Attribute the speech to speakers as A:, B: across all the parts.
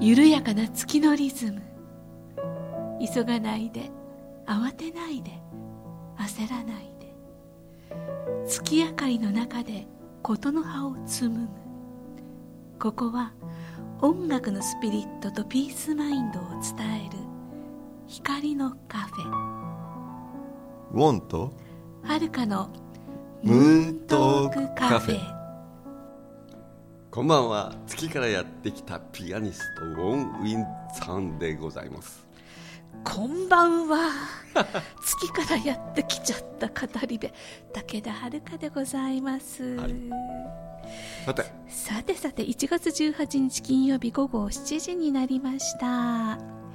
A: 緩やかな月のリズム急がないで慌てないで焦らないで月明かりの中で事の葉を紡ぐここは音楽のスピリットとピースマインドを伝える光のカフェ
B: ウォンと
A: はるかの
B: ムーントークカフェこんばんは月からやってきたピアニストウォン・ウィンさんでございます
A: こんばん は月からやってきちゃった語り部武田遥でございます、
B: はいさて
A: さてさて1月18日金曜日午後7時になりました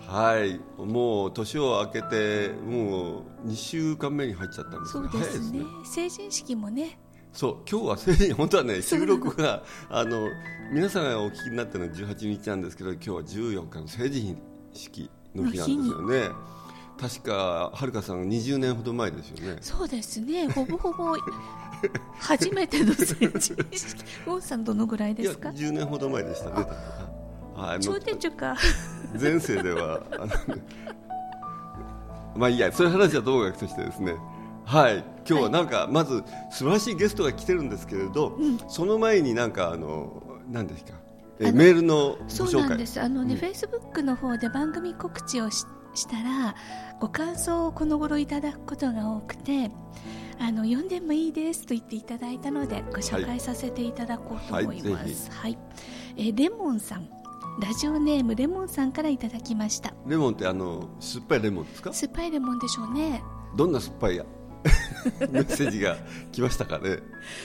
B: はいもう年を明けてもう2週間目に入っちゃったんです
A: そ
B: が
A: うですね
B: 早
A: 成
B: い
A: 人式もね
B: そう今日はせいに本当はね
A: そう
B: 収録が あの皆さんがお聞きになってるのは18日なんですけど今日は14日の成人式の日なんですよね確かはるかさん20年ほど前ですよね
A: そうです ねほぼほ ぼ初めての成人式ウォンさんどのぐらい
B: い
A: で
B: や
A: すか
B: 10年ほど前でしたね確かはいも
A: 頂
B: う
A: 点中か
B: 前世ではあの まあいいやそういう話はともかくとしてですねはい今日はなんかまず素晴らしいゲストが来てるんですけれど、その前になんかあの何ですかえ
A: あの
B: メールのご
A: そう
B: 紹
A: なん
B: 介
A: ですあのね、
B: うん
A: フェイスブックの方で番組告知をししたらご感想をこの頃いただくことが多くてあの読んでもいいですと言っていただいたのでご紹
B: は
A: 介させていただこうと思いま
B: はいぜ
A: す、はいえーレモンさんラジオネームレモンさんからいただきました
B: レモンってあの酸っぱいレモンですか
A: 酸っぱいレモンでしょうね、
B: どんな酸っぱいや メッセージが来ましたかね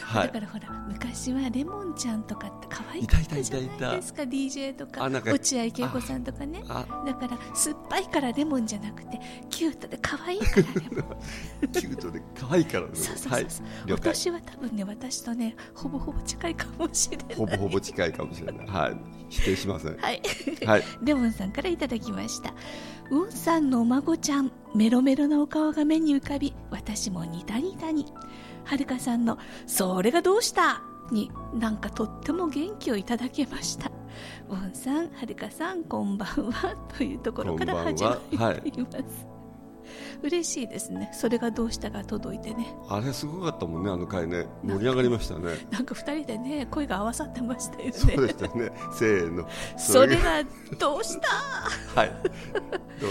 B: は
A: だか
B: い
A: らほら昔はレモンちゃんとかって可愛い
B: い
A: かっ
B: たいた
A: た
B: い
A: じゃ
B: たいた
A: ないですか DJ とか
B: あなんか
A: 落合恵子さんとかね
B: あ
A: だから酸っぱいからレモンじゃなくてキュートで可愛いからレモン
B: キュートで可愛いからね
A: そうそう
B: は
A: そ
B: いう
A: そう、
B: 了解
A: 私は多分ね私とねほぼほぼ近いかもしれない
B: ほぼほぼ近いかもしれないはい否定しません
A: はい、
B: はい
A: レモンさんからいただきましたウォンさんのお孫ちゃんメロメロなお顔が目に浮かび私もニタニタにはるかさんの「それがどうした!」になんかとっても元気をいただけましたウォンさんはるかさんこんばんはというところから
B: こんばん
A: 始
B: は
A: まっています、嬉しいですねそれがどうしたが届いてね
B: あれすごかったもんねあの回ね盛り上がりましたね
A: なんか二人でね声が合わさってましたよね
B: そうでしたねせーの
A: それがどうした
B: はいどう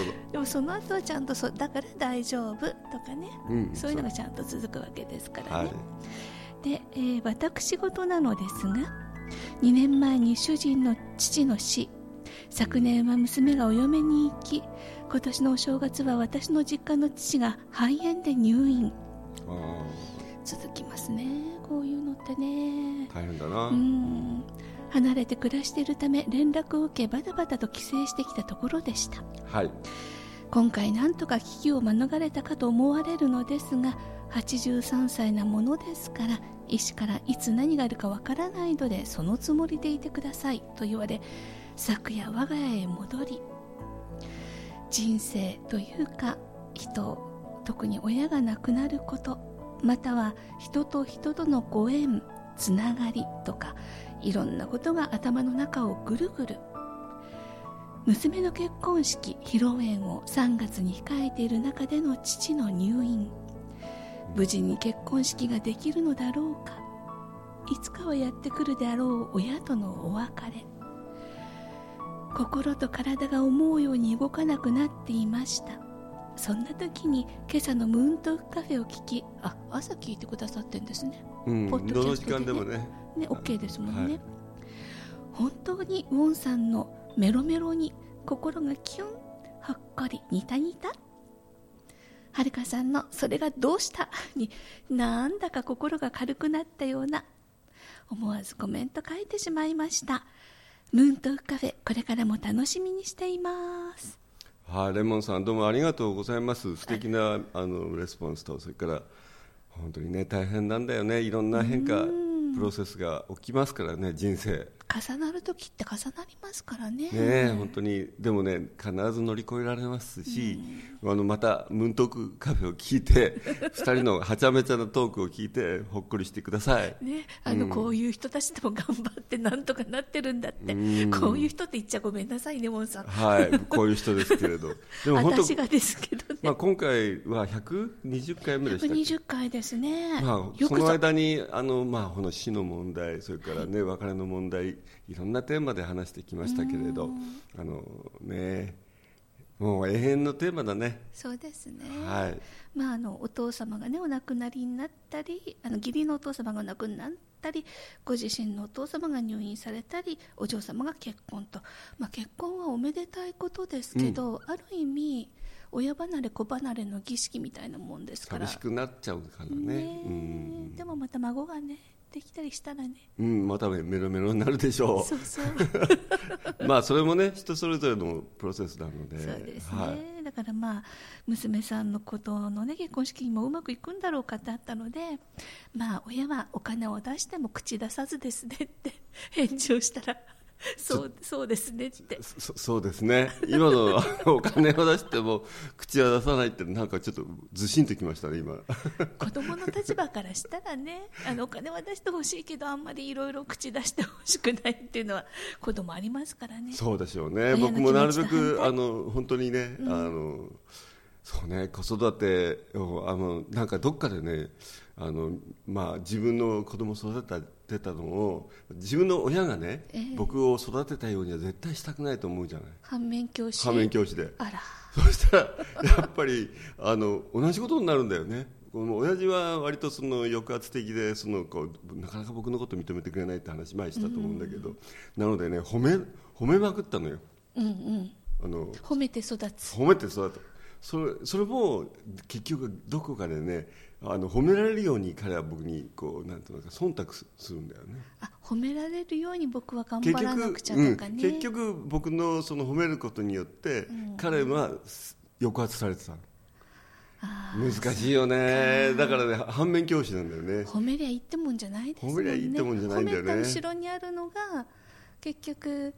B: ぞ
A: でもその後はちゃんとそだから大丈夫とかね、
B: うん
A: そういうのがちゃんと続くわけですから
B: は
A: ね
B: い、
A: で、えー私事なのですが2年前に主人の父の死昨年は娘がお嫁に行き今年のお正月は私の実家の父が肺炎で入院
B: あ
A: 続きますねこういうのってね
B: ー大変だな、
A: うん離れて暮らしているため連絡を受けバタバタと帰省してきたところでした
B: はい
A: 今回なんとか危機を免れたかと思われるのですが83歳なものですから医師からいつ何があるかわからないのでそのつもりでいてくださいと言われ昨夜我が家へ戻り人生というか人特に親が亡くなることまたは人と人とのご縁つながりとかいろんなことが頭の中をぐるぐる娘の結婚式披露宴を3月に控えている中での父の入院無事に結婚式ができるのだろうかいつかはやってくるであろう親とのお別れ心と体が思うように動かなくなっていましたそんな時に今朝のムーントークカフェを聞きあ朝聞いてくださってんですね
B: うん
A: ポッドキャストでね
B: どの時間でもね
A: ね、OK ですもんね、
B: はい
A: 本当にウォンさんのメロメロに心がキュンほっこりニタニタはるかさんの「それがどうした?」になんだか心が軽くなったような思わずコメント書いてしまいましたムーントークカフェこれからも楽しみにしています
B: はい、レモンさんどうもありがとうございます素敵なあのレスポンスとそれから本当にね大変なんだよねいろんな変化プロセスが起きますからね人生
A: 重なる時って重なりますからね
B: ねえ本当にでもね必ず乗り越えられますし、あのまたムーントークカフェを聞いて 二人のはちゃめちゃなトークを聞いてほっこりしてください
A: ね、あのこういう人たちでも頑張ってなんとかなってるんだって、こういう人って言っちゃごめんなさいね、モンさん。
B: はいこういう人ですけれどでも本当
A: 私がですけどね、
B: まあ、今回は120回目でしたっけ
A: 120回ですね、
B: まあ、
A: よ
B: そ
A: く
B: の
A: ぞ
B: 間にあの、まあ、この死の問題それから、ね、別れの問題いろんなテーマで話してきましたけれどあの、ね、もう永遠のテーマだね。
A: そうですね、
B: はい
A: まあ、あのお父様が、ね、お亡くなりになったりあの義理のお父様がお亡くなったりご自身のお父様が入院されたりお嬢様が結婚と、まあ、結婚はおめでたいことですけど、ある意味親離れ子離れの儀式みたいなもんですから
B: 寂しくなっちゃうからね
A: ねえ
B: うん、
A: でもまた孫がねできたりしたらね
B: うん、またメロメロになるでしょ
A: そう そう
B: うまあそれもね人それぞれのプロセスなので
A: そうですね、
B: はい
A: だからまあ娘さんのことのね結婚式にもうまくいくんだろうかってあったのでまあ親はお金を出しても口出さずですねって 返事をしたらそうそうですねって
B: そそうですね今のお金を出しても口は出さないってなんかちょっとずしんときましたね今
A: 子供の立場からしたらねあのお金は出してほしいけどあんまりいろいろ口出してほしくないっていうのは子供ありますからね
B: そうでしょうね
A: 親の
B: 僕もなるべ
A: 気持ちと反
B: く
A: 対
B: あの本当にね、あのそうね子育てをあのなんかどっかでねあの、まあ、自分の子供を育てたてたのを自分の親がね、
A: ええ
B: 僕を育てたようには絶対したくないと思うじゃない
A: 反面教師
B: 反面教師で
A: あら
B: そしたらやっぱりあの同じことになるんだよね。この親父は割とその抑圧的でそのこうなかなか僕のこと認めてくれないって話前にしたと思うんだけど、なのでね褒め褒めまくったのよ
A: うんうん
B: あの
A: 褒めて育つ
B: 褒めて育ったそれそれも結局どこかでねあの褒められるように彼は僕にこうなんていうのか忖度すするんだよね
A: あ褒められるように僕は頑張らなくちゃとか
B: うん
A: ね、
B: 結局僕のその褒めることによって、彼はす抑圧されてたの
A: あ
B: 難しいよねだからね反面教師なんだよね
A: 褒めりゃいいってもんじゃないですもんね
B: 褒めりゃいいってもんじゃないんだよね
A: 褒めた後ろにあるのが結局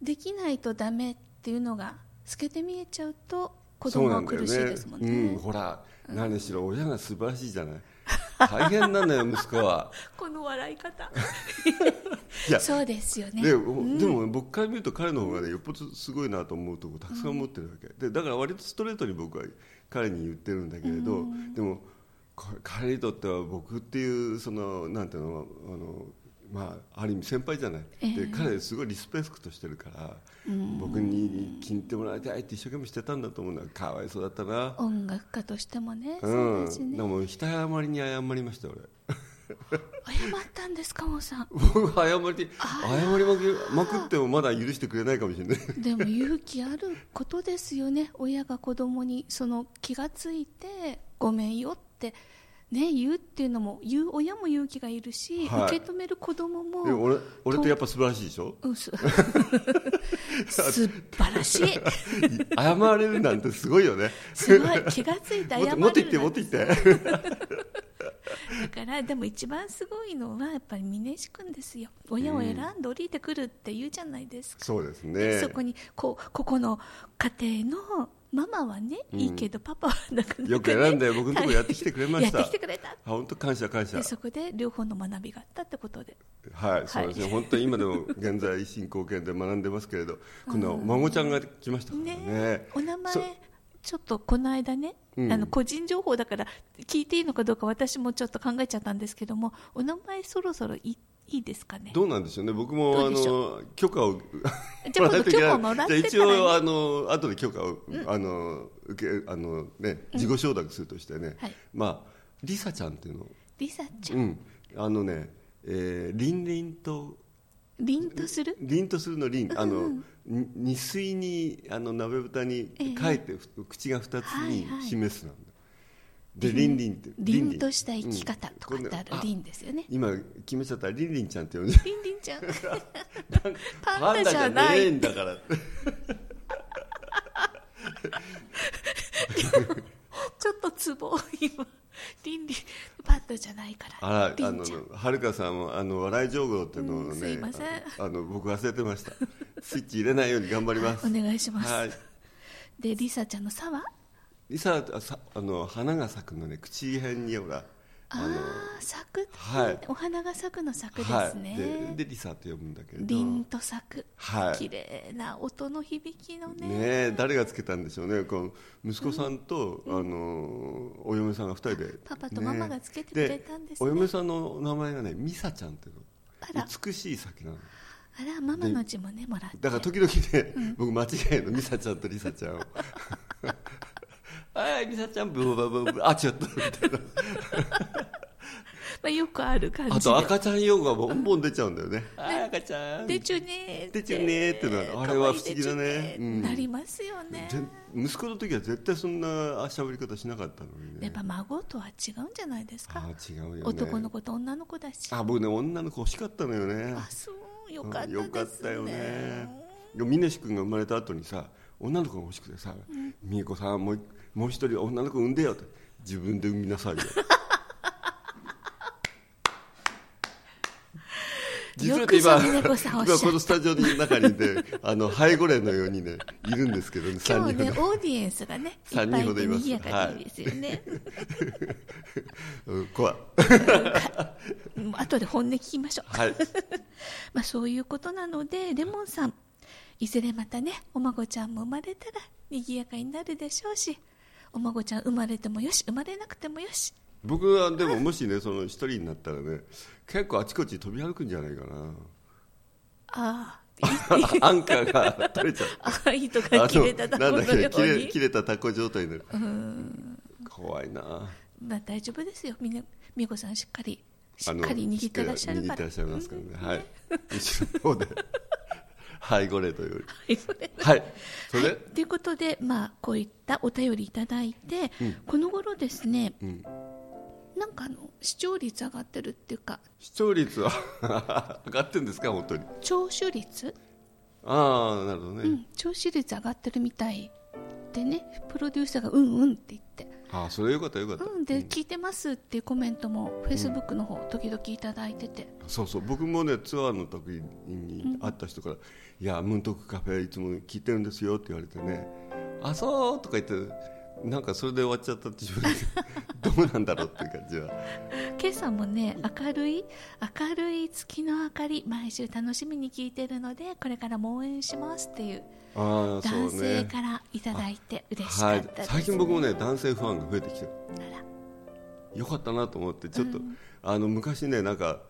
A: できないとダメっていうのが透けて見えちゃうと子供は苦しいですもんね
B: そうなんだようん、ほら何しろ親が素晴らしいじゃない大変なんだよ息子は
A: この笑い方
B: いや
A: そうですよね
B: ででも僕から見ると彼の方がねよっぽどすごいなと思うとこたくさん持ってるわけ、でだから割とストレートに僕は彼に言ってるんだけれど、でもこ彼にとっては僕っていうそのなんていうのあのまあある意味先輩じゃない、
A: ええ
B: で彼すごいリスペクトしてるから、僕に気に入ってもらいたいって一生懸命してたんだと思うのはかわいそうだったな、
A: 音楽家としてもね、そうです
B: ん、
A: ね
B: でもひたやまりに謝りました俺
A: 謝ったんですかもさん
B: 僕謝り謝りまくまくってもまだ許してくれないかもしれない
A: でも勇気あることですよね、親が子供にその気がついて、ごめんよって、ね、言うっていうのも、言う親も勇気がいるし、
B: はい
A: 受け止める子供
B: でも
A: も、
B: 俺俺ってやっぱ素晴らしいでしょ
A: うん、 す素晴らしい、
B: 謝れるなんてすごいよね
A: すごい、気がついて謝
B: もっ
A: れ
B: と
A: る
B: もっと言って
A: な
B: もっ
A: んて
B: と言って
A: だから、でも一番すごいのは、やっぱり峰岸君ですよ、親を選んで降りてくるって言うじゃないですか。
B: そうです
A: で
B: ね
A: そこにこうここの家庭のママはね、いいけどパパはなかなか、ね、
B: よく選んで僕のとこやってきてくれました
A: やってきてくれた
B: あ本当感謝感謝
A: でそこで両方の学びがあったってことで
B: はいそうですね、本当に今でも現在進行形で学んでますけれど今度は孫ちゃんが来ましたからね
A: ねお名前
B: そ
A: ちょっとこの間ね、あの個人情報だから聞いていいのかどうか私もちょっと考えちゃったんですけどもお名前そろそろいいいいですかね
B: どうなんでしょうね僕
A: ど
B: もあ
A: うでし
B: の許可を
A: じゃあ今度許可を
B: も
A: もら
B: らわ
A: っ
B: なきゃい
A: て
B: けない
A: か
B: じゃあ
A: ら、ね、
B: 一応あの後で許可を、あの受けあのね自己承諾するとしてね、
A: はい
B: まあリサちゃんっていうのを
A: リサちゃん、
B: うん、あのね、えー、凛々と
A: 凛とする
B: 凛とするの凛、あのに二水にあの鍋蓋に書いて、ふ口が二つに
A: はいはい
B: 示すなんだ。で凛々って
A: 凛とした生き
B: う
A: 方
B: ん
A: とかってある
B: これね
A: 凛ですよね
B: 今決めちゃったら凛々ちゃんっ て呼んで
A: 凛凛ちゃん
B: パ
A: パ
B: ン
A: ンダ
B: ダじ
A: じ
B: ゃ
A: ゃ
B: ね
A: ない
B: えんだから。
A: ちょっとツボ今倫理バンドじゃないから
B: あら、あ
A: りん
B: の
A: ちゃん、
B: はるかさんも、あの、笑い上手っていうのを
A: うん
B: ね、
A: すいません
B: あの、あの僕忘れてました。スイッチ入れないように頑張ります。
A: お願いします、
B: はい。
A: でリサちゃんの「さ」は
B: リサ、あさあの、花が咲くのね、口辺にほら、
A: ああ咲くって、
B: はい
A: お花が咲くの咲く
B: は
A: です
B: い。
A: ね、
B: で、でリサって呼ぶんだけれど。
A: 凛と咲く、
B: はい
A: 綺麗な音の響きのね
B: ねえ誰がつけたんでしょうねこの息子さんと、あのお嫁さんが2人で
A: パパとママがつけてくれたんですね
B: お嫁さんの名前がねミサちゃんっていうの
A: あら
B: 美しい先なの
A: あらママの字もねもらって
B: だから時々ね、僕間違えるのミサちゃんとリサちゃんを はいミサちゃんブーブーブーブーあ違ったみたいな
A: まあ、よくある感じで
B: あと赤ちゃん用語がボンボン出ちゃうんだよねはい赤ちゃん
A: でちゅねーって
B: でちゅねーってのはあれは不思議
A: 可愛いでちゅ
B: だね
A: ー
B: うん
A: なりますよね
B: ぜ息子の時は絶対そんな喋り方しなかったのに
A: やっ
B: ね
A: ぱ孫とは違うんじゃないですか
B: あ違うよね
A: 男の子と女の子だし
B: あ僕ね女の子欲しかったのよね
A: あそうよかったですね、
B: うんよかったよね峰志君が生まれた後にさ女の子が欲しくてさ「美恵子さんもうもう一人女の子産んでよ」って自分で産みなさいよ実
A: よ
B: は言
A: く
B: えば
A: ぞ峰子さんおっしゃ
B: 今
A: った
B: このスタジオの中にいてあの背後霊のようにねいるんですけどね
A: 今
B: 3
A: 日
B: 人
A: ね
B: ほ
A: オ
B: ど、
A: ーディエンスがねいっぱ
B: 三
A: い
B: 人ほど
A: で
B: います
A: にぎやかでいいですよね、
B: うん、怖い
A: うん後で本音聞きましょう、
B: はい
A: まあ、そういうことなのでレモンさんいずれまたねお孫ちゃんも生まれたらにぎやかになるでしょうしお孫ちゃん生まれてもよし生まれなくてもよし
B: 僕はでももしねその一人になったらね結構あちこち飛び歩くんじゃないかな
A: あ
B: アンカーが取れちゃう
A: ああ あ糸が切れたところ
B: あのなんだっけ切
A: のよう
B: れ
A: に
B: 切れたタコ状態になる怖いな
A: まあ大丈夫ですよみね美子さんしっかりし
B: あ
A: っ
B: の
A: かり握ってらっしゃるから
B: 握ってらっしゃいますからね、はい後ろの方で はいご礼というよ
A: は
B: り
A: いそ れ
B: はいそれ、
A: はい、ということで、まあ、こういったお便りいただいて、この頃ですね
B: うん、
A: なんかあの視聴率上がってるっていうか
B: 視聴率は 上がってるんですか本当に
A: 聴取率、
B: ああなるほどね、
A: うん、聴取率上がってるみたいでねプロデューサーが「うんうん」って言って
B: ああそれよかったよか
A: 「
B: った、
A: うん」で聞いてますっていうコメントもフェイスブックの方時々いただいてて、
B: そうそう僕もねツアーの時に会った人から「いやムントクカフェいつも聞いてるんですよ」って言われてね「あそう」とか言ってなんかそれで終わっちゃったって自分で どうなんだろうっていう感じは
A: 今朝もね明るい明るい月の明かり毎週楽しみに聞いてるのでこれからも応援しますっていう
B: ああそ
A: 男
B: う
A: 性
B: ね
A: からいただいて嬉し
B: は
A: かっ
B: い
A: たです、
B: 最近僕もね男性ファンが増えてきて
A: あら
B: よかったなと思ってちょっと、あの昔ねなんか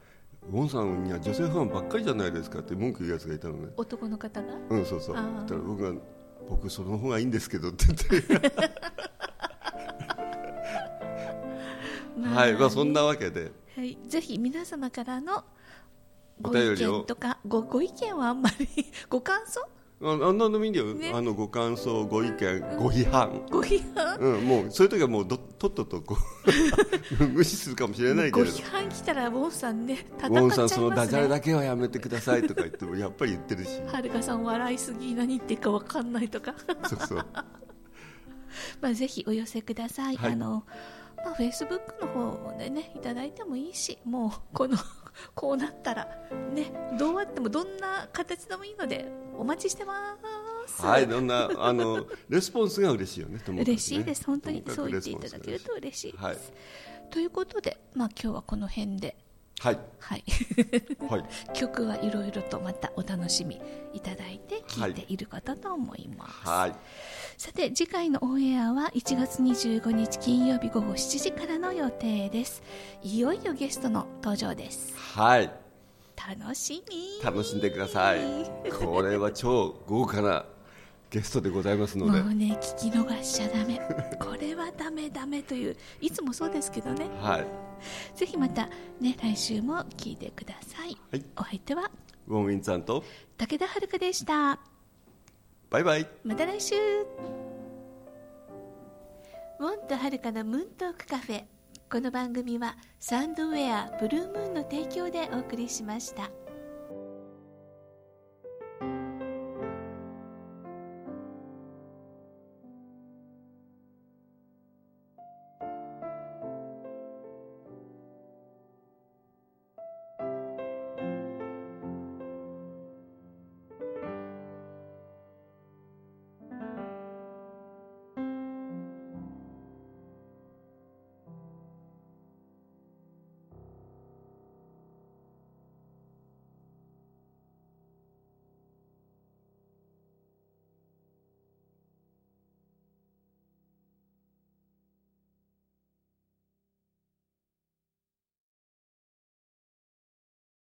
B: ウォンさんには女性ファンばっかりじゃないですかって文句言うやつがいたのね
A: 男の方が
B: うんそうそう
A: あ
B: だ
A: ー
B: から僕が「僕その方がいいんですけど」って言 ってはいまあ、そんなわけで
A: はい、ぜひ皆様からの
B: お
A: ご
B: 便
A: 意
B: りを
A: 見とかごご意見はあんまり ご感想
B: ああんなのもいいんだよ、
A: ね
B: あのご感想ご意見ご批判、
A: ご批判
B: うん、もうそういう時はもうどとっととこう 無視するかもしれないけ
A: ご
B: れど
A: 批判来たらウォンさんね
B: 「ウ
A: 戦
B: ォン
A: っちゃ
B: さ
A: い
B: んその
A: ま
B: ダ
A: す
B: ジャレ
A: ね
B: だけはやめてください」とか言ってもやっぱり言ってるし
A: はるかさん笑いすぎ何言ってるかわかんないとか
B: そうそう
A: まあぜひお寄せください、
B: はい
A: あのまあフェイスブックの方でねいただいてもいいしもうこの こうなったらねどうあってもどんな形でもいいのでお待ちしてます
B: はいどんなあのレスポンスが嬉しいよねともかくね
A: 嬉しいです本当に
B: ともか
A: そう言
B: くレ
A: って
B: ス
A: い
B: ポン
A: た
B: ス
A: だ
B: が
A: けると嬉しいです、
B: はい
A: ということで、まあ、今日はこの辺で、
B: はい
A: はい、
B: はい
A: 曲はいろいろとまたお楽しみいただいて聴いていることと思います、
B: はい
A: さて次回のオンエアは1月25日金曜日午後7時からの予定ですいよいよゲストの登場です
B: はい
A: 楽しみ
B: 楽しんでくださいこれは超豪華なゲストでございますの
A: も
B: で
A: うね聞き逃しちゃダメこれはダメダメといういつもそうですけどね
B: はい
A: ぜひまたね来週も聞いてください、
B: はい
A: お相手は
B: ウォンウィンさんと
A: 武田遥でした
B: バイバイ
A: また来週モンとはるかのムーントークカフェこの番組はサンドウェアブルームーンの提供でお送りしました。